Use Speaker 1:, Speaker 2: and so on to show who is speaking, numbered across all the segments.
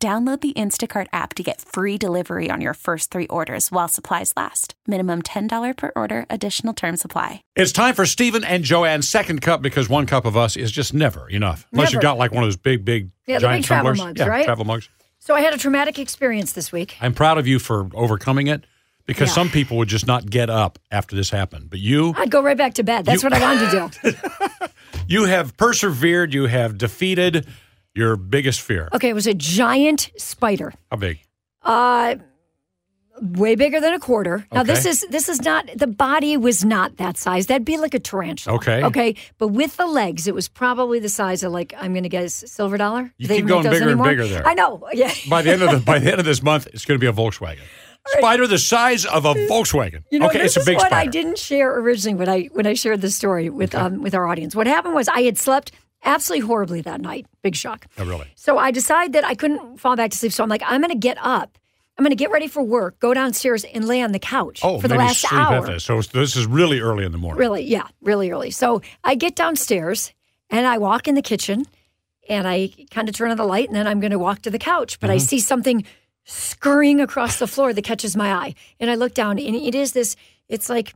Speaker 1: Download the Instacart app to get free delivery on your first three orders while supplies last. Minimum $10 per order, additional term supply.
Speaker 2: It's time for Stephen and Joanne's second cup because one cup of us is just never enough. Unless you've
Speaker 3: Never.
Speaker 2: got like one of those big, big,
Speaker 3: Yeah, the
Speaker 2: giant
Speaker 3: big travel
Speaker 2: tumblers.
Speaker 3: mugs,
Speaker 2: yeah,
Speaker 3: right?
Speaker 2: travel mugs.
Speaker 3: So I had a traumatic experience this week.
Speaker 2: I'm proud of you for overcoming it because
Speaker 3: Yeah.
Speaker 2: some people would just not get up after this happened. But you,
Speaker 3: I'd go right back to bed. That's
Speaker 2: You-
Speaker 3: what I wanted to do.
Speaker 2: you have persevered. You have defeated your biggest fear.
Speaker 3: Okay, it was a giant spider.
Speaker 2: How big?
Speaker 3: Uh way bigger than a quarter. Now this
Speaker 2: Okay.
Speaker 3: is this is not the body was not that size. That'd be like a tarantula.
Speaker 2: Okay.
Speaker 3: Okay. But with the legs, it was probably the size of like I'm gonna guess silver dollar. Do
Speaker 2: You
Speaker 3: they
Speaker 2: keep
Speaker 3: make
Speaker 2: going
Speaker 3: those
Speaker 2: bigger and
Speaker 3: anymore?
Speaker 2: bigger there.
Speaker 3: I know. Yeah.
Speaker 2: By the end of the by the end of this month, it's going to be a Volkswagen spider the size of a Volkswagen.
Speaker 3: You know,
Speaker 2: okay,
Speaker 3: this
Speaker 2: it's a big
Speaker 3: is what
Speaker 2: spider.
Speaker 3: I didn't share originally when I when I shared the story with um with our audience. What happened was I had slept absolutely horribly that night. Big shock.
Speaker 2: Oh, really?
Speaker 3: So I decide that I couldn't fall back to sleep. So I'm like, I'm going to get up. I'm going to get ready for work, go downstairs and lay on the couch
Speaker 2: Oh,
Speaker 3: for the
Speaker 2: maybe
Speaker 3: last
Speaker 2: sleep
Speaker 3: hour.
Speaker 2: at this. So it's- this is really early in the morning.
Speaker 3: Really, yeah, really early. So I get downstairs and I walk in the kitchen and I kind of turn on the light and then I'm going to walk to the couch, but
Speaker 2: Mm-hmm.
Speaker 3: I see something scurrying across the floor that catches my eye. And I look down and it is this, it's like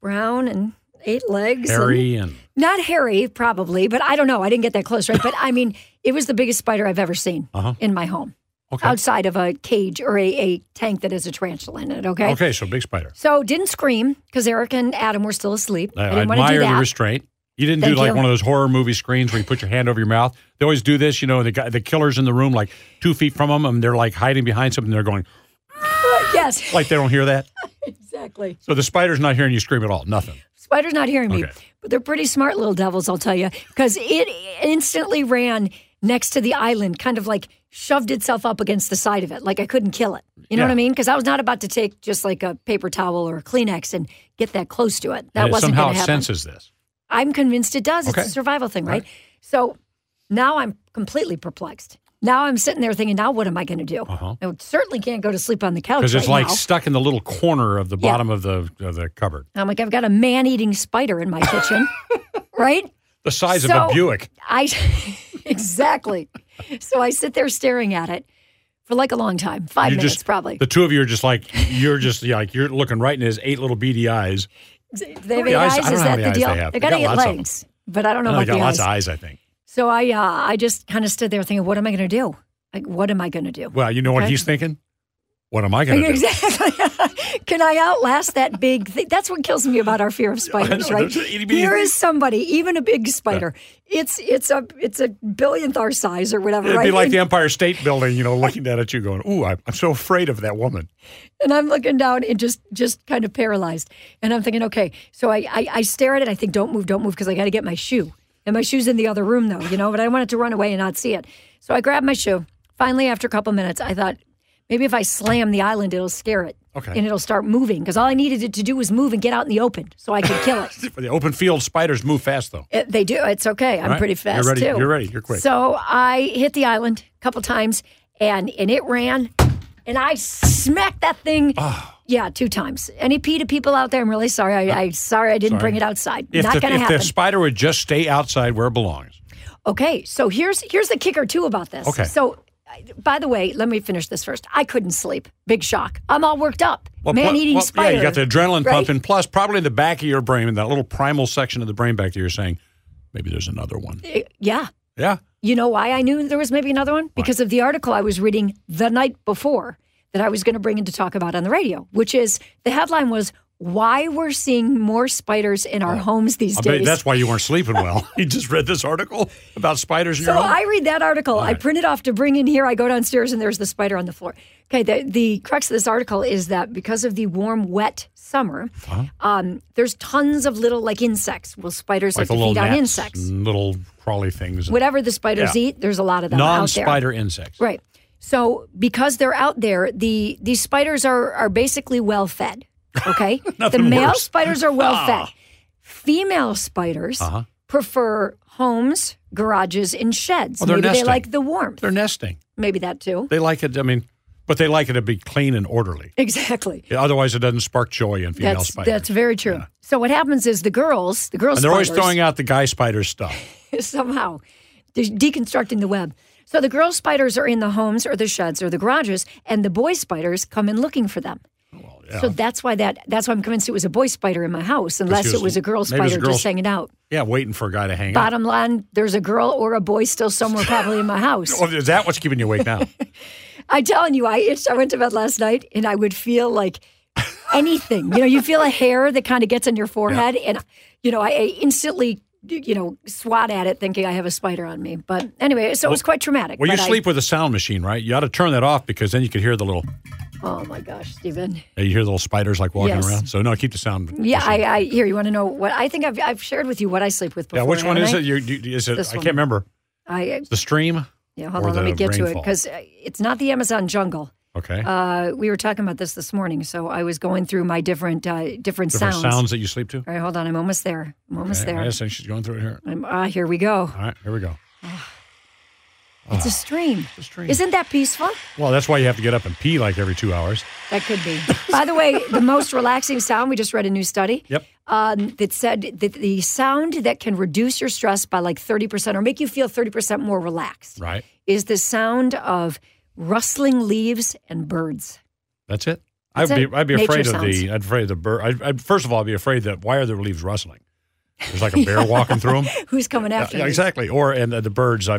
Speaker 3: brown and eight legs. and-
Speaker 2: Hairy and
Speaker 3: not hairy, probably, but I don't know. I didn't get that close, right? But I mean, it was the biggest spider I've ever seen
Speaker 2: Uh-huh.
Speaker 3: in my home.
Speaker 2: Okay.
Speaker 3: Outside of a cage or a, a tank that has a tarantula in it, okay?
Speaker 2: okay, so big spider.
Speaker 3: So didn't scream because Eric and Adam were still asleep.
Speaker 2: I,
Speaker 3: didn't want to do
Speaker 2: admire
Speaker 3: that.
Speaker 2: the restraint. You didn't
Speaker 3: Thank
Speaker 2: do like
Speaker 3: you.
Speaker 2: one of those horror movie screens where you put your hand over your mouth. They always do this, you know. The guy, the killer's in the room, like two feet from them, and they're like hiding behind something. They're going
Speaker 3: yes,
Speaker 2: like they don't hear that.
Speaker 3: exactly.
Speaker 2: So the spider's not hearing you scream at all. Nothing.
Speaker 3: Spider's not hearing me,
Speaker 2: Okay.
Speaker 3: but they're pretty smart little devils, I'll tell you, because it instantly ran next to the island, kind of like shoved itself up against the side of it. Like I couldn't kill it. You know
Speaker 2: Yeah.
Speaker 3: what I mean? Because I was not about to take just like a paper towel or a Kleenex and get that close to it. That
Speaker 2: and it
Speaker 3: wasn't
Speaker 2: somehow
Speaker 3: going
Speaker 2: it
Speaker 3: to happen.
Speaker 2: senses this.
Speaker 3: I'm convinced it does.
Speaker 2: Okay.
Speaker 3: It's a survival thing, right? So now I'm completely perplexed. Now I'm sitting there thinking, now what am I going to do?
Speaker 2: Uh-huh.
Speaker 3: I certainly can't go to sleep on the couch.
Speaker 2: Because it's
Speaker 3: right
Speaker 2: like
Speaker 3: now.
Speaker 2: stuck in the little corner of the
Speaker 3: Yeah.
Speaker 2: bottom of the of the cupboard,
Speaker 3: I'm like, I've got a man eating spider in my kitchen, right?
Speaker 2: the size of
Speaker 3: So-
Speaker 2: a Buick.
Speaker 3: I exactly. so I sit there staring at it for like a long time, five
Speaker 2: You
Speaker 3: minutes
Speaker 2: just
Speaker 3: probably.
Speaker 2: The two of you are just like you're just yeah, like you're looking right in his eight little beady eyes.
Speaker 3: Do they have
Speaker 2: many eyes-
Speaker 3: eight
Speaker 2: I
Speaker 3: eyes?
Speaker 2: don't know
Speaker 3: Is
Speaker 2: how
Speaker 3: that
Speaker 2: many
Speaker 3: the
Speaker 2: eyes
Speaker 3: deal?
Speaker 2: they have. They
Speaker 3: gotta
Speaker 2: got
Speaker 3: get
Speaker 2: lots of
Speaker 3: legs, but I don't know
Speaker 2: Oh, they
Speaker 3: about
Speaker 2: got
Speaker 3: the
Speaker 2: lots
Speaker 3: eyes.
Speaker 2: of eyes, I think.
Speaker 3: So I, uh, I just kind of stood there thinking, what am I going to do? Like, what am I going to do?
Speaker 2: Well, you know what
Speaker 3: Okay.
Speaker 2: he's thinking? What am I going to do?
Speaker 3: Exactly. Can I outlast that big thing? That's what kills me about our fear of spiders,
Speaker 2: know.
Speaker 3: right?
Speaker 2: There's an itty bitty
Speaker 3: Here is somebody, even a big spider. It's it's a it's a billionth our size or whatever,
Speaker 2: It'd
Speaker 3: right?
Speaker 2: be like
Speaker 3: And-
Speaker 2: the Empire State Building, you know, looking down at you, going, "Ooh, I- I'm so afraid of that woman."
Speaker 3: and I'm looking down and just just kind of paralyzed. And I'm thinking, okay, so I I, I stare at it. I think, don't move, don't move, because I got to get my shoe. And my shoe's in the other room though, you know. But I wanted to run away and not see it. So I grabbed my shoe. Finally, after a couple minutes, I thought maybe if I slam the island, it'll scare it.
Speaker 2: Okay.
Speaker 3: And it'll start moving because all I needed it to do was move and get out in the open so I could kill it.
Speaker 2: For the open field, spiders move fast, though.
Speaker 3: It- they do. It's okay. I'm
Speaker 2: right.
Speaker 3: pretty
Speaker 2: You're
Speaker 3: fast
Speaker 2: ready.
Speaker 3: too.
Speaker 2: You're ready. You're quick.
Speaker 3: So I hit the island a couple times, and and it ran, and I smacked that thing.
Speaker 2: Ah.
Speaker 3: Yeah, two times. Any PETA people out there? I'm really sorry. I, I sorry I didn't bring it outside.
Speaker 2: If,
Speaker 3: Not
Speaker 2: the,
Speaker 3: going to
Speaker 2: if
Speaker 3: happen.
Speaker 2: the spider would just stay outside where it belongs,
Speaker 3: Okay, so here's here's the kicker too about this.
Speaker 2: Okay.
Speaker 3: So, I- by the way, let me finish this first. I couldn't sleep. Big shock. I'm all worked up. Man
Speaker 2: pl-
Speaker 3: eating
Speaker 2: well,
Speaker 3: spider.
Speaker 2: Yeah, you got the adrenaline
Speaker 3: right?
Speaker 2: pumping. Plus, probably in the back of your brain, that little primal section of the brain back there, you're saying, "Maybe there's another one."
Speaker 3: Yeah.
Speaker 2: Yeah,
Speaker 3: You know why I knew there was maybe another one? Because of the article I was reading the night before that I was going to bring in to talk about on the radio, which is the headline was Why We're Seeing More Spiders in Our Homes These
Speaker 2: Oh. I bet
Speaker 3: Days.
Speaker 2: that's why you weren't sleeping well. you just read this article about spiders in
Speaker 3: so
Speaker 2: your home.
Speaker 3: I read that article. I
Speaker 2: right.
Speaker 3: print it off to bring in here. I go downstairs and there's the spider on the floor. Okay, the, the crux of this article is that because of the warm, wet summer, um, there's tons of little like insects. Well, spiders
Speaker 2: like the
Speaker 3: like, to
Speaker 2: little
Speaker 3: feed on
Speaker 2: gnats
Speaker 3: insects.
Speaker 2: and little crawly things,
Speaker 3: Whatever the spiders
Speaker 2: Yeah.
Speaker 3: eat, there's a lot of them out there.
Speaker 2: non-spider insects.
Speaker 3: Right. So because they're out there, the these spiders are are basically well fed. Okay, the
Speaker 2: Nothing
Speaker 3: male
Speaker 2: worse.
Speaker 3: spiders are well fed.
Speaker 2: Ah.
Speaker 3: Female spiders
Speaker 2: Uh-huh.
Speaker 3: prefer homes, garages, and sheds.
Speaker 2: Oh, they're
Speaker 3: Maybe
Speaker 2: nesting.
Speaker 3: they like the warmth.
Speaker 2: They're nesting.
Speaker 3: Maybe that too.
Speaker 2: They like it. I mean, but they like it to be clean and orderly.
Speaker 3: Exactly.
Speaker 2: Otherwise, it doesn't spark joy in female
Speaker 3: That's
Speaker 2: spiders.
Speaker 3: that's very true. So what happens is the girls, the girls,
Speaker 2: and they're always
Speaker 3: spiders-
Speaker 2: throwing out the guy spider stuff.
Speaker 3: somehow de- deconstructing the web. So the girl spiders are in the homes or the sheds or the garages, and the boy spiders come in looking for them.
Speaker 2: Oh,
Speaker 3: So that's why that that's why I'm convinced it was a boy spider in my house, unless
Speaker 2: was-
Speaker 3: it was a girl
Speaker 2: maybe it was a
Speaker 3: spider
Speaker 2: girl
Speaker 3: just
Speaker 2: sp-
Speaker 3: hanging out.
Speaker 2: Yeah, waiting for a guy to hang out.
Speaker 3: Bottom line, there's a girl or a boy still somewhere probably in my house.
Speaker 2: Oh, is that what's keeping you awake now?
Speaker 3: I'm telling you, I itched. I went to bed last night and I would feel like anything. you know, you feel a hair that kind of gets on your forehead, and you know, I, I instantly, you know, swat at it, thinking I have a spider on me. But anyway, so it was quite traumatic.
Speaker 2: Well, you
Speaker 3: but I-
Speaker 2: sleep with a sound machine, right? You ought to turn that off because then you could hear the little uh,
Speaker 3: oh my gosh, Stephen.
Speaker 2: you hear the little spiders like walking
Speaker 3: Yes.
Speaker 2: around. So no, keep the sound.
Speaker 3: Yeah, I, I here. You want to know what I think? I've, I've shared with you what I sleep with.
Speaker 2: Yeah,
Speaker 3: Before,
Speaker 2: which one
Speaker 3: haven't
Speaker 2: is
Speaker 3: I?
Speaker 2: it? You, you, is it?
Speaker 3: This
Speaker 2: I can't
Speaker 3: one.
Speaker 2: remember.
Speaker 3: I
Speaker 2: The stream.
Speaker 3: yeah. Hold
Speaker 2: or
Speaker 3: on, let me
Speaker 2: the
Speaker 3: get to it
Speaker 2: rainfall?
Speaker 3: because it's not the Amazon jungle.
Speaker 2: Okay.
Speaker 3: Uh, we were talking about this this morning, so I was going through my different uh, different,
Speaker 2: Different sounds. that you sleep to.
Speaker 3: All right, hold on. I'm almost there. I'm almost
Speaker 2: Okay,
Speaker 3: there.
Speaker 2: I think she's going through it here.
Speaker 3: I'm, ah, here we go.
Speaker 2: All right, here we go.
Speaker 3: It's a stream.
Speaker 2: a stream.
Speaker 3: Isn't that peaceful?
Speaker 2: Well, that's why you have to get up and pee like every two hours.
Speaker 3: That could be. By the way, the most relaxing sound, we just read a new study.
Speaker 2: Yep.
Speaker 3: Um, that said that the sound that can reduce your stress by like 30% or make you feel 30% more relaxed
Speaker 2: Right.
Speaker 3: is the sound of rustling leaves and birds.
Speaker 2: That's it.
Speaker 3: That's
Speaker 2: I'd be
Speaker 3: it.
Speaker 2: I'd be
Speaker 3: Nature
Speaker 2: afraid of
Speaker 3: sounds.
Speaker 2: the I'd afraid of the bird. I'd, I'd, first of all, I'd be afraid that why are the leaves rustling? There's like a bear walking through them.
Speaker 3: Who's coming after
Speaker 2: Yeah,
Speaker 3: me?
Speaker 2: exactly. Or and the, the birds. I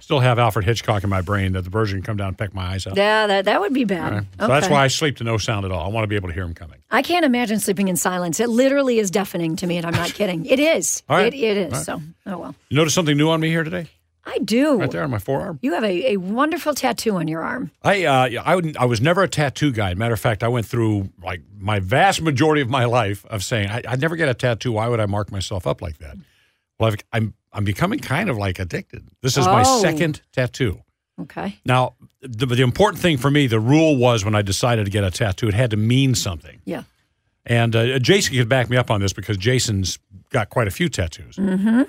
Speaker 2: still have Alfred Hitchcock in my brain that the birds can come down and peck my eyes out.
Speaker 3: Yeah, that, that would be bad.
Speaker 2: So that's why I sleep to no sound at all. I want to be able to hear them coming.
Speaker 3: I can't imagine sleeping in silence. It literally is deafening to me, and I'm not kidding. It is.
Speaker 2: All right.
Speaker 3: It, it is.
Speaker 2: All right.
Speaker 3: So, oh well.
Speaker 2: You notice something new on me here today?
Speaker 3: I do.
Speaker 2: Right there on my forearm.
Speaker 3: You have a, a wonderful tattoo on your arm.
Speaker 2: I uh, yeah, I wouldn't, I was never a tattoo guy. Matter of fact, I went through like my vast majority of my life of saying I, I'd never get a tattoo. Why would I mark myself up like that? Well, I've, I'm I'm becoming kind of like addicted. This is my
Speaker 3: Oh.
Speaker 2: second tattoo.
Speaker 3: Okay.
Speaker 2: Now, the, the important thing for me, the rule was when I decided to get a tattoo, it had to mean something.
Speaker 3: Yeah.
Speaker 2: And uh, Jason could back me up on this because Jason's got quite a few tattoos. Mm-hmm.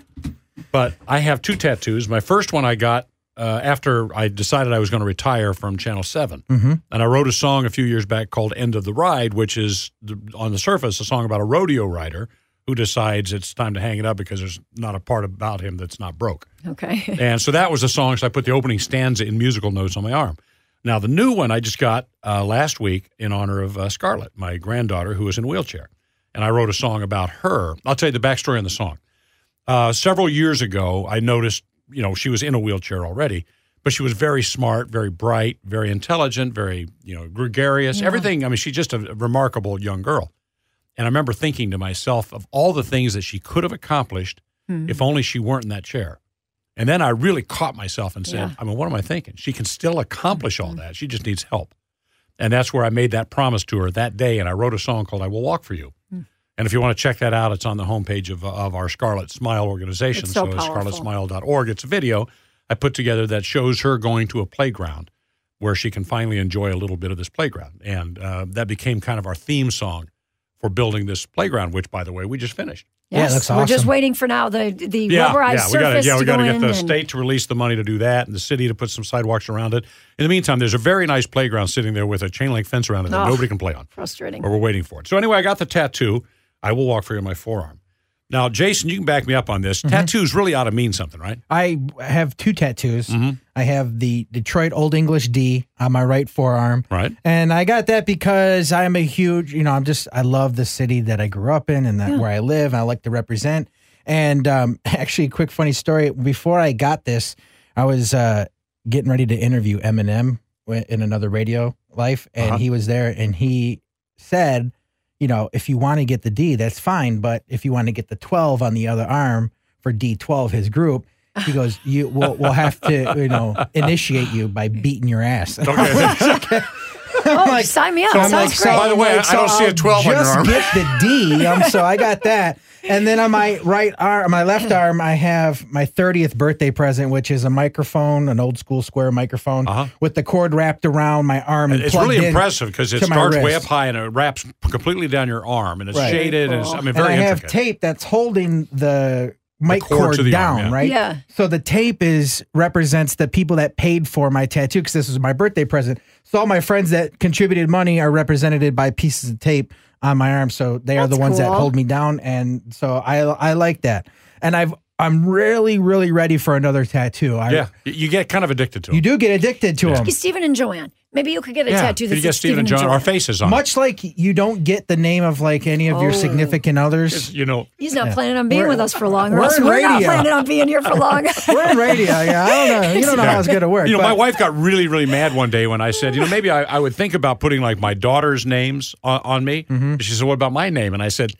Speaker 2: But I have two tattoos. My first one I got uh, after I decided I was going to retire from Channel 7. Mm-hmm. And I wrote a song a few years back called End of the Ride, which is, the, on the surface, a song about a rodeo rider who decides it's time to hang it up because there's not a part about him that's not broke.
Speaker 3: Okay.
Speaker 2: And so that was the song. So I put the opening stanza in musical notes on my arm. Now the new one I just got uh, last week in honor of uh, Scarlett, my granddaughter who is in a wheelchair, and I wrote a song about her. I'll tell you the backstory on the song. Uh, several years ago, I noticed you know she was in a wheelchair already, but she was very smart, very bright, very intelligent, very you know gregarious. Everything. I mean, she's just a remarkable young girl. And I remember thinking to myself of all the things that she could have accomplished
Speaker 3: Hmm.
Speaker 2: if only she weren't in that chair. And then I really caught myself and said,
Speaker 3: Yeah. Mm-hmm.
Speaker 2: I mean, what am I thinking? She can still accomplish all that. She just needs help. And that's where I made that promise to her that day. And I wrote a song called I Will Walk for You.
Speaker 3: Hmm.
Speaker 2: And if you want to check that out, it's on the homepage of, of our Scarlet Smile organization.
Speaker 3: It's so
Speaker 2: it's
Speaker 3: powerful.
Speaker 2: scarletsmile.org. It's a video I put together that shows her going to a playground where she can finally enjoy a little bit of this playground. And uh, that became kind of our theme song for building this playground, which, by the way, we just finished.
Speaker 4: Yeah, it looks
Speaker 3: We're just
Speaker 4: awesome.
Speaker 3: waiting for now the the rubberized
Speaker 2: yeah, we gotta-
Speaker 3: surface
Speaker 2: yeah, we
Speaker 3: to
Speaker 2: gotta
Speaker 3: go
Speaker 2: get
Speaker 3: in
Speaker 2: the
Speaker 3: and-
Speaker 2: state to release the money to do that, and the city to put some sidewalks around it. In the meantime, there's a very nice playground sitting there with a chain link fence around it that
Speaker 3: Oh.
Speaker 2: nobody can play on,
Speaker 3: frustrating.
Speaker 2: or we're waiting for it. So anyway, I got the tattoo. I will walk for you on my forearm. Now, Jason, you can back me up on
Speaker 4: Mm-hmm.
Speaker 2: this. Tattoos really ought to mean something, right? Mm-hmm.
Speaker 4: I have two tattoos. I have the Detroit Old English D on my right forearm.
Speaker 2: Right.
Speaker 4: And I got that because I'm a huge, you know, I'm just, I love the city that I grew up in and that where I live. I like to represent. And um, actually, a quick funny story. Before I got this, I was uh, getting ready to interview Eminem wi- in another radio life. And
Speaker 2: Uh-huh.
Speaker 4: he was there and he said, you know, if you want to get the D, that's fine. But if you want to get the 12 on the other arm for D12, his group, he goes, you we'll, we'll have to, you know, initiate you by beating your ass. And I was like, okay.
Speaker 3: oh,
Speaker 4: I'm like,
Speaker 3: sign me up.
Speaker 4: so I'm
Speaker 3: Sounds
Speaker 4: like, so
Speaker 3: great.
Speaker 2: By the way,
Speaker 4: I'm
Speaker 2: I
Speaker 4: like, so
Speaker 2: don't see a
Speaker 4: I'll
Speaker 2: 12 on your
Speaker 4: just
Speaker 2: arm.
Speaker 4: Get the D. Um, so I got that. And then on my right arm, my left
Speaker 2: Mm.
Speaker 4: arm, I have my 30th birthday present, which is a microphone, an old school square microphone
Speaker 2: Uh-huh.
Speaker 4: with the cord wrapped around my arm. And
Speaker 2: It's
Speaker 4: plugged
Speaker 2: really
Speaker 4: in
Speaker 2: impressive because it
Speaker 4: to my
Speaker 2: starts way up
Speaker 4: wrist.
Speaker 2: high and it wraps completely down your arm and it's
Speaker 4: Right.
Speaker 2: shaded. And it's, I mean,
Speaker 4: and
Speaker 2: very
Speaker 4: I have
Speaker 2: intricate.
Speaker 4: tape that's holding the mic
Speaker 2: cord
Speaker 4: cord,
Speaker 2: to the arm,
Speaker 4: down,
Speaker 2: yeah.
Speaker 4: right?
Speaker 3: Yeah.
Speaker 4: So the tape is represents the people that paid for my tattoo because this was my birthday present. So all my friends that contributed money are represented by pieces of tape on my arm. So they are
Speaker 3: That's
Speaker 4: the ones that
Speaker 3: cool.
Speaker 4: hold me down, and so I I like that. And I've I'm really really ready for another tattoo. I,
Speaker 2: yeah, you- you get kind of addicted to it.
Speaker 4: You do get addicted to them.
Speaker 3: Hey, Stephen and Joanne. Maybe you could get a
Speaker 2: yeah.
Speaker 3: tattoo. That's
Speaker 2: you get Stephen and John, our faces on. it.
Speaker 4: Much like you don't get the name of like any of your
Speaker 3: Oh.
Speaker 4: significant others.
Speaker 2: you know,
Speaker 3: He's not planning on being
Speaker 4: We're-
Speaker 3: with us for long. Or
Speaker 4: we're
Speaker 3: else
Speaker 4: in
Speaker 3: we're not
Speaker 4: radio.
Speaker 3: planning on being here for long.
Speaker 4: We're in radio. Yeah, I don't know. You don't know how it's going to work.
Speaker 2: You know, my
Speaker 4: but-
Speaker 2: wife got really, really mad one day when I said, you know, maybe I, I would think about putting like my daughter's names on, on me. She said, what about my name? And I said,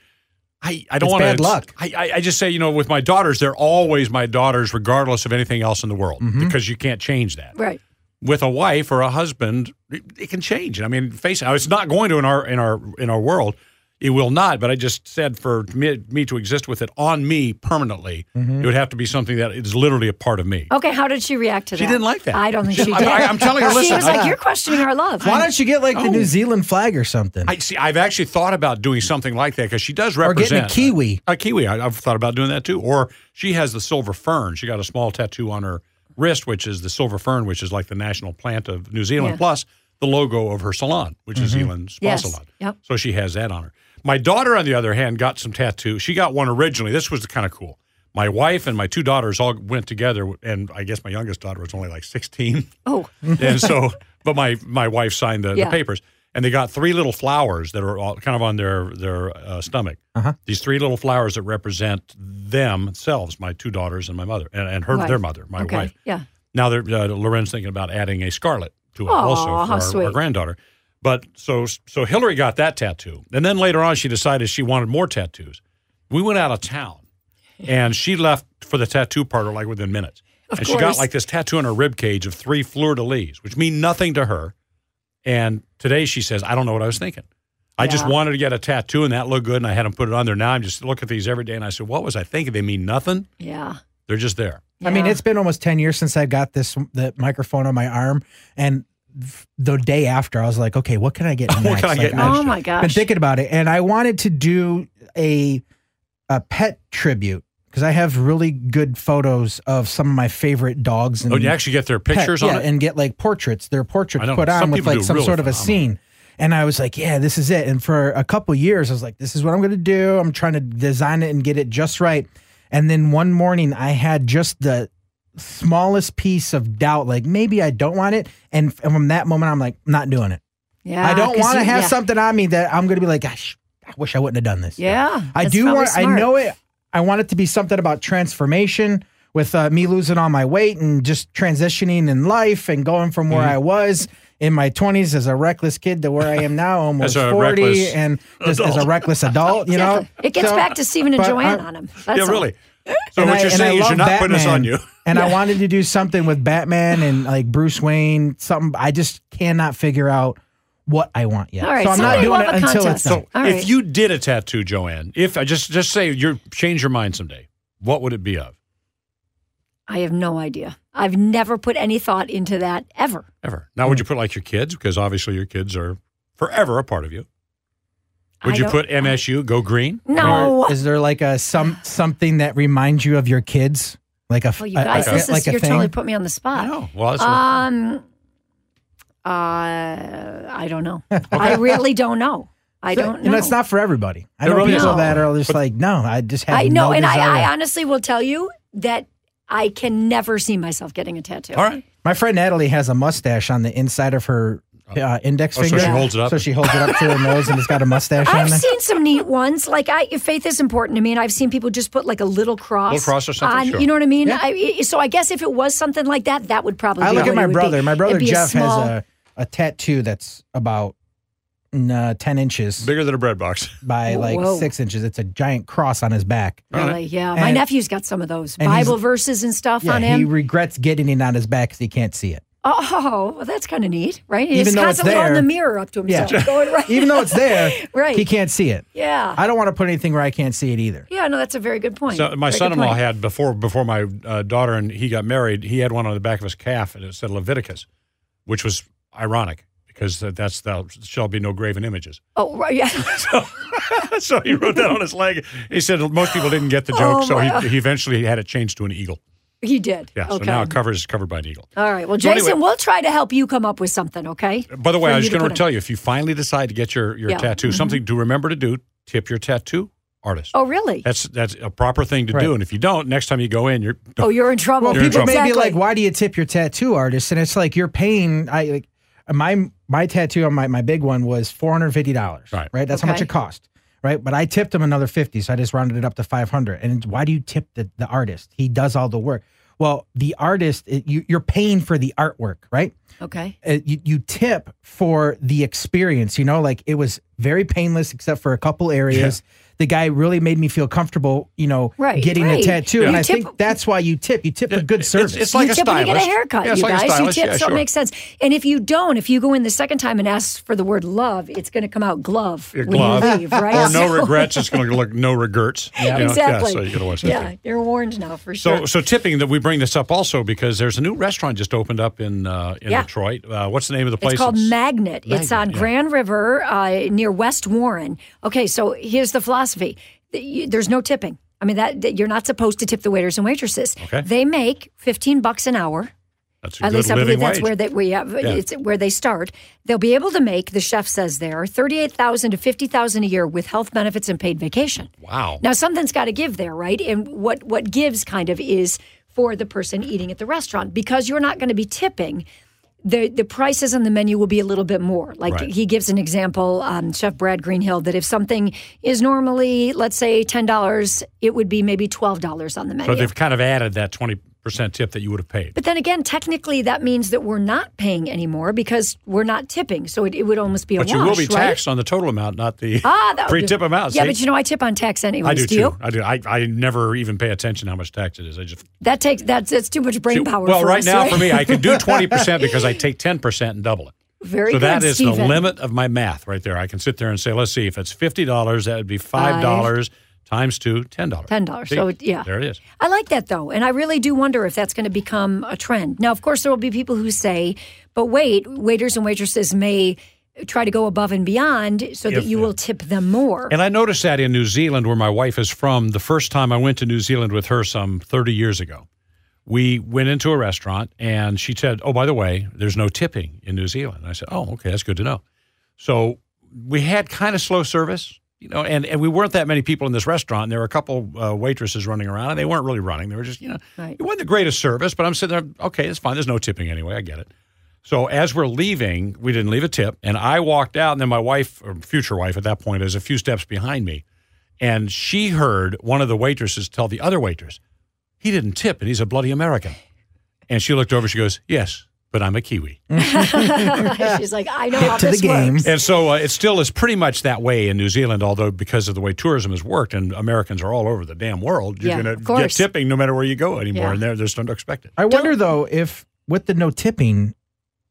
Speaker 2: I, I don't
Speaker 4: Mm-hmm.
Speaker 2: want
Speaker 4: It's bad luck.
Speaker 2: I, I, I just say, you know, with my daughters, they're always my daughters, regardless of anything else in the world,
Speaker 4: Mm-hmm.
Speaker 2: because you can't change that.
Speaker 3: right.
Speaker 2: With a wife or a husband, it, it can change. I mean, face it, it's not going to in our in our in our world. It will not. But I just said for me, me to exist with it on me permanently,
Speaker 4: Mm-hmm.
Speaker 2: it would have to be something that is literally a part of me.
Speaker 3: Okay, how did she react to that?
Speaker 2: She didn't like that.
Speaker 3: I don't think
Speaker 2: She-
Speaker 3: she,
Speaker 2: I-
Speaker 3: did.
Speaker 2: I- I'm telling her,
Speaker 3: She
Speaker 2: listen,
Speaker 3: was
Speaker 2: I-
Speaker 3: like, you're questioning our love.
Speaker 4: Why don't you get like the New Zealand flag or something?
Speaker 2: Oh. I see. I've actually thought about doing something like that because she does
Speaker 4: or getting
Speaker 2: represent
Speaker 4: a kiwi.
Speaker 2: A kiwi. I, I've thought about doing that too. Or she has the silver fern. She got a small tattoo on her wrist, which is the silver fern, which is like the national plant of New Zealand,
Speaker 3: Yeah.
Speaker 2: plus the logo of her salon, which is
Speaker 4: Mm-hmm.
Speaker 2: Zealand Spa
Speaker 3: Yes.
Speaker 2: Salon.
Speaker 3: Yep.
Speaker 2: So she has that on her. My daughter, on the other hand, got some tattoo. She got one originally. This was kind of cool. My wife and my two daughters all went together, and I guess my youngest daughter was only like 16
Speaker 3: Oh,
Speaker 2: and so but my my wife signed the,
Speaker 3: Yeah.
Speaker 2: the papers and they got three little flowers that are all kind of on their their uh, stomach these three little flowers that represent themselves my two daughters and my mother and, and her
Speaker 3: Right.
Speaker 2: their mother my
Speaker 3: okay.
Speaker 2: wife
Speaker 3: Yeah.
Speaker 2: now they're uh, Loren's thinking about adding a scarlet to it
Speaker 3: Aw,
Speaker 2: also for
Speaker 3: how
Speaker 2: our,
Speaker 3: sweet.
Speaker 2: our granddaughter but so so Hillary got that tattoo and then later on she decided she wanted more tattoos we went out of town and she left for the tattoo parlor like within minutes. and she got
Speaker 3: course.
Speaker 2: like this tattoo on her rib cage of three fleur de lis, which mean nothing to her. And today she says, I don't know what I was thinking. I just
Speaker 3: Yeah.
Speaker 2: wanted to get a tattoo and that looked good and I had them put it on there. Now I'm just look at these every day and I said, What was I thinking? They mean nothing.
Speaker 3: Yeah.
Speaker 2: They're just there.
Speaker 4: I mean,
Speaker 3: Yeah.
Speaker 4: it's been almost 10 years since I got this the microphone on my arm and f- the day after I was like, okay, what can I get next?
Speaker 2: What can I get
Speaker 4: Like,
Speaker 2: next?
Speaker 4: I've
Speaker 3: Oh my gosh.
Speaker 4: been thinking about it and I wanted to do a a pet tribute because I have really good photos of some of my favorite dogs and
Speaker 2: Oh, you actually get their
Speaker 4: Mm-hmm. pet,
Speaker 2: pictures
Speaker 4: yeah,
Speaker 2: on it?
Speaker 4: and get like portraits, their
Speaker 2: I
Speaker 4: portraits
Speaker 2: know.
Speaker 4: put on
Speaker 2: Some
Speaker 4: with
Speaker 2: people
Speaker 4: like
Speaker 2: do
Speaker 4: some
Speaker 2: really
Speaker 4: sort of a
Speaker 2: phenomenal.
Speaker 4: scene. And I was like, yeah, this is it. And for a couple years, I was like, this is what I'm going to do. I'm trying to design it and get it just right. And then one morning, I had just the smallest piece of doubt, like maybe I don't want it. And f- and from that moment, I'm like, not doing it.
Speaker 3: yeah,
Speaker 4: I don't
Speaker 3: Ah, 'cause
Speaker 4: want to
Speaker 3: you-
Speaker 4: have
Speaker 3: yeah.
Speaker 4: something on me that I'm going to be like, gosh, I wish I wouldn't have done this.
Speaker 3: Yeah.
Speaker 4: I
Speaker 3: that's
Speaker 4: do
Speaker 3: probably
Speaker 4: want. I
Speaker 3: smart.
Speaker 4: know it. I want it to be something about transformation, with uh, me losing all my weight and just transitioning in life and going from
Speaker 2: Mm-hmm.
Speaker 4: where I was in my twenties as a reckless kid to where I am now, almost
Speaker 2: a
Speaker 4: forty,
Speaker 2: reckless
Speaker 4: and just as
Speaker 2: adult.
Speaker 4: a reckless adult. You know,
Speaker 3: Exactly. It gets
Speaker 4: So-
Speaker 3: back to Stephen and
Speaker 4: but
Speaker 3: Joanne
Speaker 4: I-
Speaker 3: on him. That's
Speaker 2: yeah,
Speaker 3: all.
Speaker 2: really. So
Speaker 4: and
Speaker 2: what
Speaker 4: I-
Speaker 2: you're
Speaker 4: and I
Speaker 2: saying is you're
Speaker 4: love
Speaker 2: not putting us on
Speaker 4: Batman.
Speaker 2: you.
Speaker 4: and I wanted to do something with Batman and like Bruce Wayne. Something I just cannot figure out what I want yet.
Speaker 3: All right,
Speaker 4: so I'm not
Speaker 3: somebody
Speaker 4: doing
Speaker 3: love
Speaker 4: it
Speaker 3: a
Speaker 4: until it's
Speaker 3: contest.
Speaker 4: done.
Speaker 3: All
Speaker 2: if
Speaker 3: right.
Speaker 2: you did a tattoo, Joanne, if I just just say you change your mind someday, what would it be of?
Speaker 3: I have no idea. I've never put any thought into that ever.
Speaker 2: Ever. Now,
Speaker 3: Hmm.
Speaker 2: would you put like your kids? Because obviously your kids are forever a part of you. Would
Speaker 3: I
Speaker 2: you
Speaker 3: don't-
Speaker 2: put MSU, go green?
Speaker 3: No.
Speaker 4: Or is there like a some something that reminds you of your kids? Like a f-
Speaker 3: Well, you
Speaker 4: a-
Speaker 3: guys,
Speaker 4: a-
Speaker 3: this is,
Speaker 4: like a
Speaker 3: you're
Speaker 4: thing?
Speaker 3: totally put me on the spot.
Speaker 2: No. Oh, Well, that's
Speaker 3: Um, uh, I don't know. I really don't know. I
Speaker 4: So,
Speaker 3: don't know.
Speaker 4: You know, it's not for everybody. I know
Speaker 2: really
Speaker 4: people
Speaker 3: isn't.
Speaker 4: that are just like, no, I just have
Speaker 3: I know,
Speaker 4: no
Speaker 3: and I, I
Speaker 4: desire."
Speaker 3: honestly will tell you that I can never see myself getting a tattoo.
Speaker 2: all right.
Speaker 4: My friend Natalie has a mustache on the inside of her uh, index
Speaker 2: Oh, so
Speaker 4: finger.
Speaker 2: she holds it up.
Speaker 4: So she holds it up to her nose, and it's got a mustache on
Speaker 3: I've
Speaker 4: there.
Speaker 3: seen some neat ones. Like I, if faith is important to me, and I've seen people just put like a little cross,
Speaker 2: Little cross or something,
Speaker 3: on-
Speaker 2: sure.
Speaker 3: You know what I mean?
Speaker 4: Yeah.
Speaker 3: I, so I guess if it was something like that, that would probably.
Speaker 4: I
Speaker 3: be
Speaker 4: look
Speaker 3: what
Speaker 4: at
Speaker 3: it
Speaker 4: my
Speaker 3: would be.
Speaker 4: brother. My brother
Speaker 3: It'd be
Speaker 4: Jeff
Speaker 3: small-
Speaker 4: has a, a tattoo that's about mm, uh, ten inches
Speaker 2: Bigger than a bread box.
Speaker 4: by like
Speaker 3: Whoa.
Speaker 4: six inches. It's a giant cross on his back.
Speaker 3: Really, yeah. My
Speaker 4: And-
Speaker 3: nephew's got some of those
Speaker 4: and he's-
Speaker 3: Bible verses and stuff
Speaker 4: Yeah,
Speaker 3: on
Speaker 4: he
Speaker 3: him.
Speaker 4: regrets getting it on his back because he can't see it.
Speaker 3: Oh, well, that's kind of neat, right? He's
Speaker 4: Even though it's
Speaker 3: constantly
Speaker 4: there.
Speaker 3: holding the mirror up to
Speaker 4: Yeah.
Speaker 3: himself, going right.
Speaker 4: Even though it's there,
Speaker 3: Right.
Speaker 4: he can't see it.
Speaker 3: yeah,
Speaker 4: I don't want to put anything where I can't see it either.
Speaker 3: yeah. No, that's a very good point.
Speaker 2: So my
Speaker 3: Very good
Speaker 2: son-in-law
Speaker 3: point.
Speaker 2: had before before my uh, daughter and he got married. He had one on the back of his calf, and it said Leviticus, which was ironic because that- that's thou shall be no graven images.
Speaker 3: Oh, right, yeah.
Speaker 2: so he wrote that on his leg. He said most people didn't get the joke,
Speaker 3: Oh,
Speaker 2: so
Speaker 3: my-
Speaker 2: he, he eventually had it changed to an eagle.
Speaker 3: he did.
Speaker 2: Yeah,
Speaker 3: Okay.
Speaker 2: so now it covers is covered by an eagle.
Speaker 3: All right. Well,
Speaker 2: So
Speaker 3: Jason,
Speaker 2: anyway-
Speaker 3: we'll try to help you come up with something. Okay.
Speaker 2: By the way,
Speaker 3: For
Speaker 2: I was
Speaker 3: you to
Speaker 2: going
Speaker 3: put
Speaker 2: to
Speaker 3: in.
Speaker 2: tell you if you finally decide to get your your
Speaker 3: Yeah. Mm-hmm.
Speaker 2: tattoo, something to remember to do: tip your tattoo artist.
Speaker 3: Oh, really?
Speaker 2: That's that's a proper thing to do,
Speaker 4: Right.
Speaker 2: and if you don't, next time you go in, you're
Speaker 3: Oh, you're in trouble.
Speaker 4: Well,
Speaker 2: You're in
Speaker 4: people may
Speaker 3: exactly.
Speaker 4: be like, "Why do you tip your tattoo artist?" And it's like you're paying. I like my my tattoo on my my big one was four hundred fifty dollars.
Speaker 2: Right.
Speaker 4: right. That's how much
Speaker 3: Okay.
Speaker 4: it cost. Right, but I tipped him another fifty, so I just rounded it up to five hundred. And why do you tip the, the artist? He does all the work. Well, the artist, it, you, you're paying for the artwork, right?
Speaker 3: okay.
Speaker 4: uh, you, you tip for the experience you know like it was very painless except for a couple areas the guy really made me feel comfortable you know
Speaker 3: Right,
Speaker 4: getting
Speaker 3: right.
Speaker 4: the tattoo
Speaker 3: Yeah.
Speaker 4: and
Speaker 3: You
Speaker 4: i
Speaker 3: tip-
Speaker 4: think that's why you tip you tip for good
Speaker 2: it's-
Speaker 4: service
Speaker 2: it's like
Speaker 3: you
Speaker 2: a
Speaker 3: tip when you get a
Speaker 2: stylist.
Speaker 3: haircut,
Speaker 2: Yeah, it's
Speaker 3: you
Speaker 2: like a
Speaker 3: guys.
Speaker 2: stylist.
Speaker 3: You tip,
Speaker 2: Yeah,
Speaker 3: so
Speaker 2: sure.
Speaker 3: it makes sense. And if you don't, if you go in the second time and ask for the word love, it's going to come out glove
Speaker 2: Yeah,
Speaker 3: when
Speaker 2: glove.
Speaker 3: you leave, right?
Speaker 2: or no
Speaker 3: So-
Speaker 2: regrets. It's going to look no regrets. You know?
Speaker 3: exactly.
Speaker 2: Yeah, so you got to watch that.
Speaker 3: Yeah,
Speaker 2: thing.
Speaker 3: you're warned now for
Speaker 2: So,
Speaker 3: sure.
Speaker 2: so tipping that we bring this up also because there's a new restaurant just opened up in uh, in
Speaker 3: Yeah.
Speaker 2: Detroit. Uh, what's the name of the place?
Speaker 3: It's called Magnet.
Speaker 2: Magnet,
Speaker 3: It's on
Speaker 2: yeah.
Speaker 3: Grand River uh, near West Warren. Okay, so here's the philosophy: Th- you- there's no tipping. I mean, that, that- you're not supposed to tip the waiters and waitresses.
Speaker 2: Okay.
Speaker 3: They make 15 bucks an hour.
Speaker 2: that's a
Speaker 3: At
Speaker 2: good
Speaker 3: least I
Speaker 2: living
Speaker 3: believe that's
Speaker 2: wage.
Speaker 3: where they we have it's where they start. They'll be able to make the chef says there thirty eight thousand to fifty thousand a year with health benefits and paid vacation.
Speaker 2: wow.
Speaker 3: Now something's got to give there, right? And what what gives kind of is for the person eating at the restaurant because you're not going to be tipping. The, the prices on the menu will be a little bit more. Like
Speaker 2: Right.
Speaker 3: he gives an example, um, Chef Brad Greenhill, that if something is normally, let's say, ten dollars, it would be maybe twelve dollars on the menu.
Speaker 2: so they've kind of added that twenty percent tip that you would have paid.
Speaker 3: But then again, technically, that means that we're not paying anymore because we're not tipping. So it, it would almost be a
Speaker 2: But
Speaker 3: wash,
Speaker 2: you will be
Speaker 3: right?
Speaker 2: taxed on the total amount, not the
Speaker 3: Ah, that would-
Speaker 2: pre-tip amount.
Speaker 3: Yeah,
Speaker 2: see?
Speaker 3: but you know, I tip on tax anyways.
Speaker 2: I do,
Speaker 3: do
Speaker 2: too.
Speaker 3: you?
Speaker 2: I do. I, I never even pay attention how much tax it is. I just
Speaker 3: That takes that's that's too much brain power.
Speaker 2: well,
Speaker 3: for
Speaker 2: right
Speaker 3: us,
Speaker 2: now for me, I can do twenty percent because I take ten percent and double it.
Speaker 3: Very
Speaker 2: so
Speaker 3: good,
Speaker 2: that is the
Speaker 3: Stephen.
Speaker 2: limit of my math right there. I can sit there and say, let's see, if it's fifty dollars, that would be five dollars times two, ten dollars.
Speaker 3: $10. So, yeah.
Speaker 2: there it is.
Speaker 3: I like that though, and I really do wonder if that's going to become a trend. Now, of course, there will be people who say, "But wait, waiters and waitresses may try to go above and beyond so that
Speaker 2: If-
Speaker 3: you will tip them more."
Speaker 2: And I noticed that in New Zealand, where my wife is from, the first time I went to New Zealand with her some thirty years ago, we went into a restaurant and she said, "Oh, by the way, there's no tipping in New Zealand." And I said, "Oh, okay, that's good to know." So we had kind of slow service, you know, and, and we weren't that many people in this restaurant. And there were a couple uh, waitresses running around, and they weren't really running. They were just, you know,
Speaker 3: Right.
Speaker 2: it wasn't the greatest service, but I'm sitting there, okay, it's fine. There's no tipping anyway. I get it. So as we're leaving, we didn't leave a tip. And I walked out, and then my wife, or future wife at that point, is a few steps behind me. And she heard one of the waitresses tell the other waitress, he didn't tip, and he's a bloody American. And she looked over, she goes, yes, but I'm a Kiwi.
Speaker 3: She's like, "I know how
Speaker 4: to the
Speaker 3: this
Speaker 4: game.
Speaker 3: works."
Speaker 2: And so uh, it still is pretty much that way in New Zealand, although because of the way tourism has worked and Americans are all over the damn world, you're
Speaker 3: Yeah,
Speaker 2: going
Speaker 3: of
Speaker 2: to get
Speaker 3: course.
Speaker 2: tipping no matter where you go anymore.
Speaker 3: Yeah.
Speaker 2: And they're, they're still expected.
Speaker 4: i wonder though if with the no tipping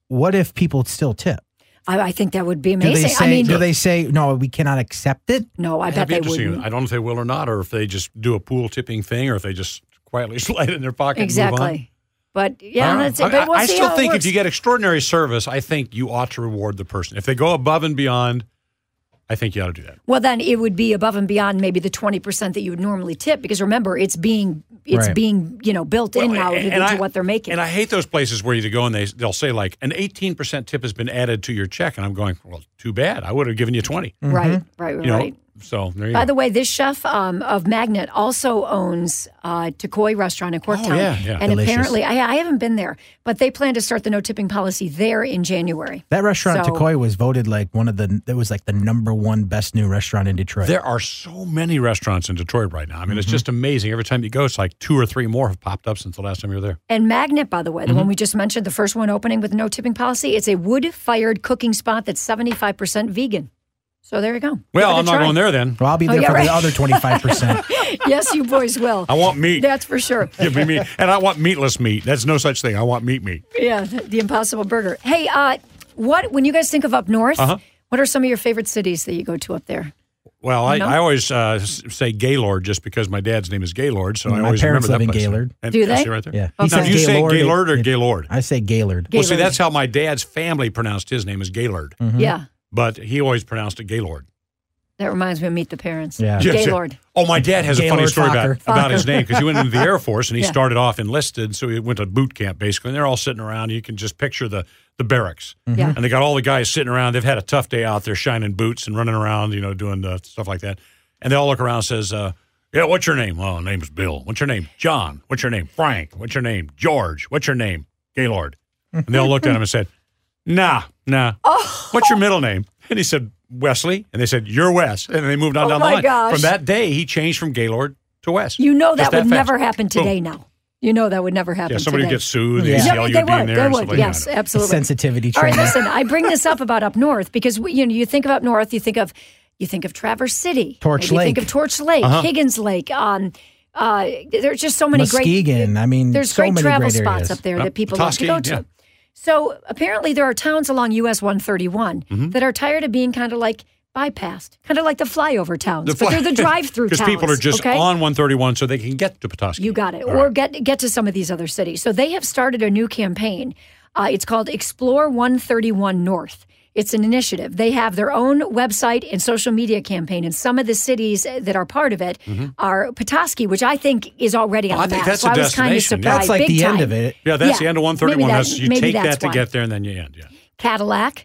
Speaker 4: what if people still tip
Speaker 3: I, I think that would be
Speaker 4: do
Speaker 3: amazing.
Speaker 4: they say
Speaker 3: I mean,
Speaker 4: do they say no we cannot accept it
Speaker 3: no, I
Speaker 2: That'd
Speaker 3: bet
Speaker 2: be
Speaker 3: they
Speaker 2: interesting.
Speaker 3: wouldn't.
Speaker 2: I don't know if they will or not, or if they just do a pool tipping thing, or if they just quietly slide it in their pocket. And move on.
Speaker 3: Exactly. But
Speaker 2: I
Speaker 3: yeah,
Speaker 2: don't know.
Speaker 3: that's
Speaker 2: I,
Speaker 3: it. But
Speaker 2: I-
Speaker 3: we'll
Speaker 2: I
Speaker 3: see
Speaker 2: still
Speaker 3: how it
Speaker 2: think if
Speaker 3: works.
Speaker 2: you get extraordinary service, I think you ought to reward the person. If they go above and beyond, I think you ought to do that.
Speaker 3: well, then it would be above and beyond maybe the twenty percent that you would normally tip because remember it's being it's
Speaker 4: Right.
Speaker 3: being you know built in
Speaker 2: Well,
Speaker 3: now
Speaker 2: and-
Speaker 3: to,
Speaker 2: and I-
Speaker 3: to what they're making.
Speaker 2: And I hate those places where you go and they they'll say like an eighteen percent tip has been added to your check, and I'm going, well, too bad. I would have given you twenty.
Speaker 3: Right, right, right.
Speaker 2: Mm-hmm. You know,
Speaker 3: right.
Speaker 2: so there you
Speaker 3: By
Speaker 2: go.
Speaker 3: the way, this chef um, of Magnet also owns uh, Tokoi Restaurant in Corktown.
Speaker 2: Oh, yeah, yeah.
Speaker 3: And
Speaker 4: Delicious.
Speaker 3: apparently, I, I haven't been there, but they plan to start the no tipping policy there in January.
Speaker 4: that restaurant
Speaker 3: So-
Speaker 4: Tokoi was voted like one of the that was like the number one best new restaurant in detroit
Speaker 2: There are so many restaurants in Detroit right now. I mean,
Speaker 3: Mm-hmm.
Speaker 2: it's just amazing. Every time you go, it's like two or three more have popped up since the last time you were there.
Speaker 3: And Magnet, by the way, the
Speaker 2: Mm-hmm.
Speaker 3: one we just mentioned, the first one opening with no tipping policy, it's a wood fired cooking spot that's 75% vegan. So there you go. Give
Speaker 2: Well,
Speaker 3: it a
Speaker 2: I'm not
Speaker 3: try.
Speaker 2: going there then.
Speaker 4: Well, I'll be there
Speaker 3: Oh, yeah,
Speaker 4: for
Speaker 3: right.
Speaker 4: the other 25%.
Speaker 3: yes, you boys will.
Speaker 2: I want meat.
Speaker 3: That's for sure.
Speaker 2: Give me meat. And I want meatless meat. That's no such thing. I want meat meat.
Speaker 3: Yeah, the, the Impossible Burger. Hey, uh, what when you guys think of up north?
Speaker 2: Uh-huh.
Speaker 3: What are some of your favorite cities that you go to up there?
Speaker 2: Well, I,
Speaker 3: No?
Speaker 2: I always uh, s- say Gaylord just because my dad's name is Gaylord, so I
Speaker 4: Mm, My
Speaker 2: always
Speaker 4: parents
Speaker 2: remember that place.
Speaker 4: live in Gaylord.
Speaker 2: And-
Speaker 3: Do
Speaker 2: yeah,
Speaker 3: they?
Speaker 2: see right there?
Speaker 4: Yeah.
Speaker 2: Now,
Speaker 4: He
Speaker 2: do
Speaker 4: says
Speaker 2: you say
Speaker 4: Gaylord, it-
Speaker 2: Gaylord or
Speaker 4: it-
Speaker 2: Gaylord?
Speaker 4: I say Gaylord.
Speaker 2: Well, see,
Speaker 3: Gaylord.
Speaker 2: that's how my dad's family pronounced his name is Gaylord,
Speaker 3: Yeah,
Speaker 2: but he always pronounced it Gaylord.
Speaker 3: that reminds me of Meet the Parents.
Speaker 4: Yeah.
Speaker 2: Yes, yeah.
Speaker 3: Gaylord.
Speaker 2: Oh, my dad has a funny
Speaker 4: Gaylord
Speaker 2: story about,
Speaker 4: Fokker.
Speaker 2: about
Speaker 3: Fokker.
Speaker 2: his name because he went into the Air Force and he
Speaker 3: Yeah.
Speaker 2: started off enlisted, so he went to boot camp basically. And they're all sitting around. You can just picture the the barracks,
Speaker 3: Yeah.
Speaker 2: and they got all the guys sitting around. They've had a tough day out there, shining boots and running around, you know, doing uh, stuff like that. And they all look around and says, uh, "Yeah, what's your name? Oh, name's Bill. What's your name? John. What's your name? Frank. What's your name? George. What's your name? Gaylord." And they all looked at him and said, "Nah, nah.
Speaker 3: Oh.
Speaker 2: What's your middle name?" And he said, "Wesley." And they said, "You're Wes." And they moved on
Speaker 3: Oh
Speaker 2: down
Speaker 3: my
Speaker 2: the line.
Speaker 3: gosh.
Speaker 2: From that day, he changed from Gaylord to Wes.
Speaker 3: You know
Speaker 2: Just
Speaker 3: that,
Speaker 2: fast.
Speaker 3: would never happen
Speaker 2: Boom.
Speaker 3: today. Now you know that would never happen.
Speaker 2: Yeah, somebody
Speaker 3: today.
Speaker 2: would get sued.
Speaker 4: Yeah.
Speaker 3: Yeah,
Speaker 2: Yeah,
Speaker 3: they would.
Speaker 2: in there
Speaker 3: they
Speaker 2: and
Speaker 3: would.
Speaker 2: stuff like
Speaker 3: yes,
Speaker 2: that.
Speaker 3: absolutely.
Speaker 4: Sensitivity
Speaker 3: All right,
Speaker 4: training.
Speaker 3: listen. I bring this up about up north because we, you know you think of up north, you think of you think of Traverse City,
Speaker 4: Torch
Speaker 3: maybe You think
Speaker 4: Lake. Uh-huh.
Speaker 3: of Torch Lake, Higgins Lake. Um, uh, there's just so many great.
Speaker 4: Muskegon. I mean,
Speaker 3: There's
Speaker 4: so
Speaker 3: great
Speaker 4: many
Speaker 3: travel
Speaker 4: great
Speaker 3: spots
Speaker 4: areas.
Speaker 3: up there
Speaker 2: Yep,
Speaker 3: that people love to
Speaker 2: Petoskey,
Speaker 3: go to.
Speaker 2: yeah.
Speaker 3: So apparently, there are towns along US 131
Speaker 2: Mm-hmm.
Speaker 3: that are tired of being kind of like bypassed, kind of like the flyover towns,
Speaker 2: The
Speaker 3: but
Speaker 2: fly-
Speaker 3: they're the drive-through towns.
Speaker 2: Because people are just
Speaker 3: okay?
Speaker 2: on 131 so they can get to Petoskey.
Speaker 3: You got it.
Speaker 2: All
Speaker 3: or
Speaker 2: right.
Speaker 3: get get to some of these other cities. So they have started a new campaign. Uh, it's called Explore 131 North. It's an initiative. They have their own website and social media campaign, and some of the cities that are part of it are Petoskey, which I think is already on
Speaker 2: Mm-hmm. Oh, I
Speaker 3: the
Speaker 2: think
Speaker 3: map.
Speaker 2: that's
Speaker 3: so
Speaker 2: a
Speaker 3: I was kind of
Speaker 2: destination, yeah.
Speaker 3: surprised.
Speaker 4: That's like
Speaker 3: Big
Speaker 4: the
Speaker 3: time.
Speaker 4: end of it.
Speaker 2: Yeah, that's
Speaker 3: Yeah,
Speaker 2: the end of 131.
Speaker 3: maybe
Speaker 2: That's,
Speaker 3: that's-
Speaker 2: you
Speaker 3: maybe
Speaker 2: take
Speaker 3: that's
Speaker 2: that to
Speaker 3: why.
Speaker 2: get there and then you end. Yeah.
Speaker 3: Cadillac,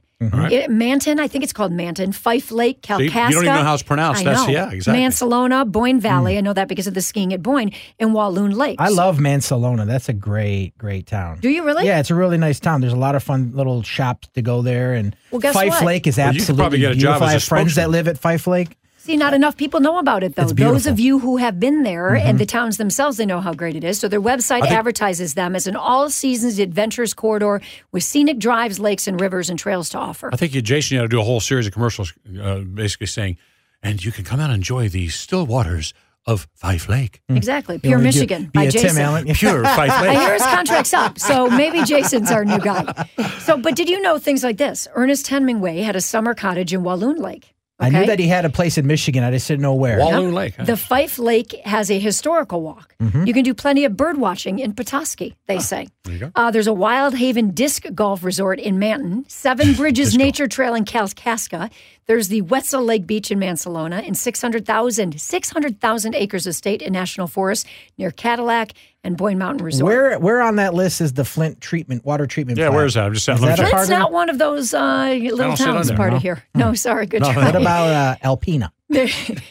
Speaker 3: It- Manton. I think it's called Manton. Fife Lake,
Speaker 2: Mm-hmm. you- you
Speaker 3: Kalkaska.
Speaker 2: don't even know how it's pronounced.
Speaker 3: I
Speaker 2: That's-
Speaker 3: know.
Speaker 2: yeah, exactly. Mm.
Speaker 3: Mansalona, Boyne Valley. I know that because of the skiing at Boyne and Walloon Lakes.
Speaker 4: I love Mansalona. That's a great, great town.
Speaker 3: Do you really?
Speaker 4: Yeah, it's a really nice town. There's a lot of fun little shops to go there, and
Speaker 3: Well, guess
Speaker 4: Fife
Speaker 3: what?
Speaker 4: Lake is
Speaker 2: you could
Speaker 4: absolutely
Speaker 2: probably get a
Speaker 4: beautiful.
Speaker 2: job as
Speaker 4: I
Speaker 2: a
Speaker 4: have friends that
Speaker 2: spokesman.
Speaker 4: live at Fife Lake.
Speaker 3: See, not enough people know about it, though.
Speaker 4: It's
Speaker 3: Those
Speaker 4: beautiful. Mm-hmm.
Speaker 3: of you who have been there and the towns themselves, they know how great it is. So their website advertises them as an all seasons adventures corridor with scenic drives, lakes, and rivers and trails to offer.
Speaker 4: Mm.
Speaker 2: I think you, Jason, you ought to do a whole series of commercials uh, basically saying, and you can come out and enjoy the still waters of Fife Lake.
Speaker 3: Mm. Exactly.
Speaker 4: You
Speaker 3: Pure
Speaker 4: wanna do-
Speaker 3: Michigan
Speaker 4: be
Speaker 3: by
Speaker 4: a
Speaker 3: Jason.
Speaker 4: Tim Allen.
Speaker 2: Pure Fife
Speaker 3: I hear
Speaker 2: Lake.
Speaker 3: his contract's up, so maybe Jason's our new guy. So, but did you know things like this? Ernest Hemingway had a summer cottage in Walloon Lake.
Speaker 4: I knew
Speaker 3: okay?
Speaker 4: that he had a place in Michigan. I just didn't know where.
Speaker 2: Walloon Lake. huh?
Speaker 3: The Fife Lake has a historical walk. You can do plenty of bird watching in Petoskey, they say.
Speaker 2: There you go.
Speaker 3: Uh, there's a Wild Haven Disc Golf Resort in Manton, Seven Bridges Nature Trail in Kalkaska. There's the Wetzel Lake Beach in Mansalona and 600,000 600,000 acres of state and national forest near Cadillac and Boyne Mountain Resort.
Speaker 4: Where where on that list is the Flint treatment water treatment?
Speaker 2: Yeah,
Speaker 4: plant?
Speaker 2: where's that? I'm just saying.
Speaker 4: Is
Speaker 2: let me
Speaker 4: that a
Speaker 2: check.
Speaker 4: part
Speaker 3: It's
Speaker 4: of-
Speaker 3: not one of those uh, little
Speaker 2: don't sit on
Speaker 3: towns
Speaker 2: there,
Speaker 3: part
Speaker 2: no.
Speaker 3: of here. No, sorry, good try.
Speaker 4: What about uh, Alpena?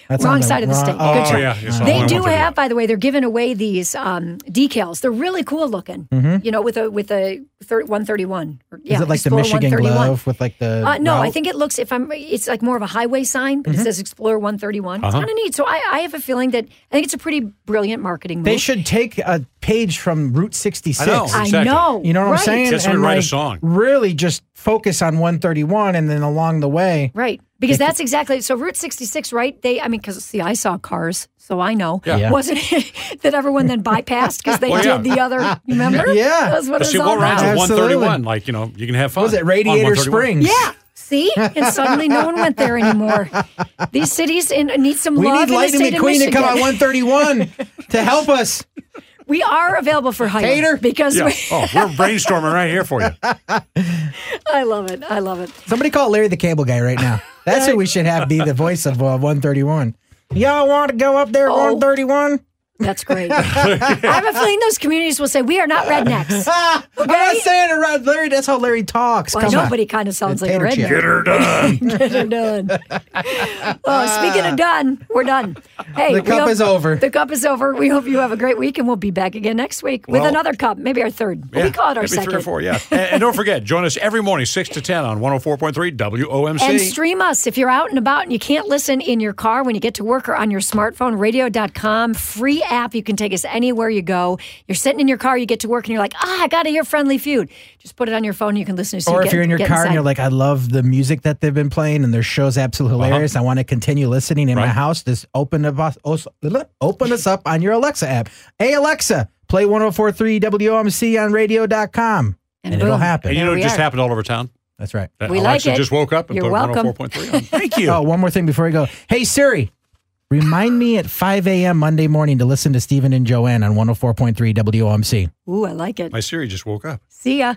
Speaker 4: That's on
Speaker 3: wrong
Speaker 4: the-
Speaker 3: side of the
Speaker 4: wrong-
Speaker 3: state.
Speaker 4: oh,
Speaker 3: Good try.
Speaker 2: yeah, it's on the
Speaker 3: they
Speaker 2: one
Speaker 3: do
Speaker 2: we're talking
Speaker 3: have,
Speaker 2: about.
Speaker 3: by the way, they're giving away these um, decals. They're really cool looking. You know, with a with a thir- one thirty one. Yeah,
Speaker 4: Mm-hmm. Is it like
Speaker 3: Explorer
Speaker 4: the Michigan
Speaker 3: 131.
Speaker 4: glove with like the?
Speaker 3: Uh, no, I
Speaker 4: route? Mm-hmm.
Speaker 3: think it looks. If I'm, it's like more of a highway sign, but it says Explorer one thirty one.
Speaker 4: Uh-huh.
Speaker 3: It's kind of neat. So I, I have a feeling that I think it's a pretty brilliant marketing move.
Speaker 4: they should take a page from Route 66.
Speaker 2: I know.
Speaker 3: I
Speaker 2: Exactly.
Speaker 3: know.
Speaker 4: You know what
Speaker 3: right.
Speaker 4: I'm saying?
Speaker 2: Just write a song.
Speaker 4: Really, just focus on 131, and then along the way,
Speaker 3: Right. Because that's exactly so. Route 66, right? They, I mean, because see, I saw cars, so I know.
Speaker 2: Yeah.
Speaker 4: Yeah. Oh,
Speaker 3: Wasn't it that everyone then bypassed because they
Speaker 2: Well, yeah.
Speaker 3: did the other? Remember?
Speaker 4: Yeah.
Speaker 3: That's what
Speaker 2: But
Speaker 3: it was
Speaker 2: see,
Speaker 3: all
Speaker 2: what rounds
Speaker 3: about.
Speaker 2: of
Speaker 4: Absolutely.
Speaker 2: 131? Like, you know, you can have fun.
Speaker 4: what was it
Speaker 2: on
Speaker 4: Radiator
Speaker 2: 131.
Speaker 4: Springs?
Speaker 3: Yeah. See, and suddenly no one went there anymore. These cities in, need some
Speaker 4: We
Speaker 3: love.
Speaker 4: need
Speaker 3: in the
Speaker 4: Lightning
Speaker 3: state of
Speaker 4: McQueen to come
Speaker 3: Michigan.
Speaker 4: on 131 to help us.
Speaker 3: We are available for hire
Speaker 4: Tater?
Speaker 3: because
Speaker 2: Yeah.
Speaker 3: we,
Speaker 2: Oh, we're brainstorming right here for you.
Speaker 3: I love it. I love it.
Speaker 4: Somebody call Larry the Cable Guy right now. That's who we should have be the voice of uh, 131. Y'all want to go up there at
Speaker 3: Oh.
Speaker 4: 131?
Speaker 3: That's great. I have a feeling those communities will say we are not rednecks.
Speaker 4: Ah, I'm not saying it right, Larry. That's how Larry talks.
Speaker 3: Well,
Speaker 4: come on.
Speaker 3: nobody kind of sounds like a
Speaker 4: Potato
Speaker 3: redneck.
Speaker 4: chip.
Speaker 2: Get her done.
Speaker 3: Get her done. well, speaking of done, we're done. Hey,
Speaker 4: The
Speaker 3: we
Speaker 4: cup
Speaker 3: hope-
Speaker 4: is over.
Speaker 3: The cup is over. We hope you have a great week, and we'll be back again next week with
Speaker 2: Well-
Speaker 3: another cup, maybe our third. But we
Speaker 2: Yeah,
Speaker 3: call it our
Speaker 2: maybe
Speaker 3: second.
Speaker 2: three or four, yeah. And, and don't forget, join us every morning, 6 to 10 on 104.3 WOMC.
Speaker 3: And stream us if you're out and about and you can't listen in your car when you get to work or on your smartphone, radio.com, free app. You can take us anywhere you go. You're sitting in your car, you get to work, and you're like, ah, I got to hear Friendly Feud. Just put it on your phone. You can listen to. So
Speaker 4: or
Speaker 3: you
Speaker 4: if
Speaker 3: get-
Speaker 4: you're in your
Speaker 3: get
Speaker 4: car and
Speaker 3: inside.
Speaker 4: you're like, I love the music that they've been playing and their show's absolutely hilarious. I want to continue listening in my
Speaker 2: Uh-huh. Right.
Speaker 4: house. Just open up, us- os- open us up on your Alexa app. Hey, Alexa, play 1043 WOMC on radio.com. And, it'll
Speaker 3: boom.
Speaker 2: And
Speaker 4: happen.
Speaker 2: you know,
Speaker 3: There
Speaker 2: it
Speaker 3: we
Speaker 2: just
Speaker 3: are.
Speaker 2: happened all over town.
Speaker 4: That's right.
Speaker 2: That
Speaker 3: We like
Speaker 2: Alexa
Speaker 3: it.
Speaker 2: just woke up and
Speaker 3: You're
Speaker 2: put
Speaker 3: welcome.
Speaker 2: 104.3 on. Thank you.
Speaker 4: Oh, one more thing before we go. Hey, Siri, remind me at 5 a.m. Monday morning to oh listen to Stephen and Joanne on 104.3 WOMC.
Speaker 3: Ooh, I like it.
Speaker 2: My Siri just woke up.
Speaker 3: See ya.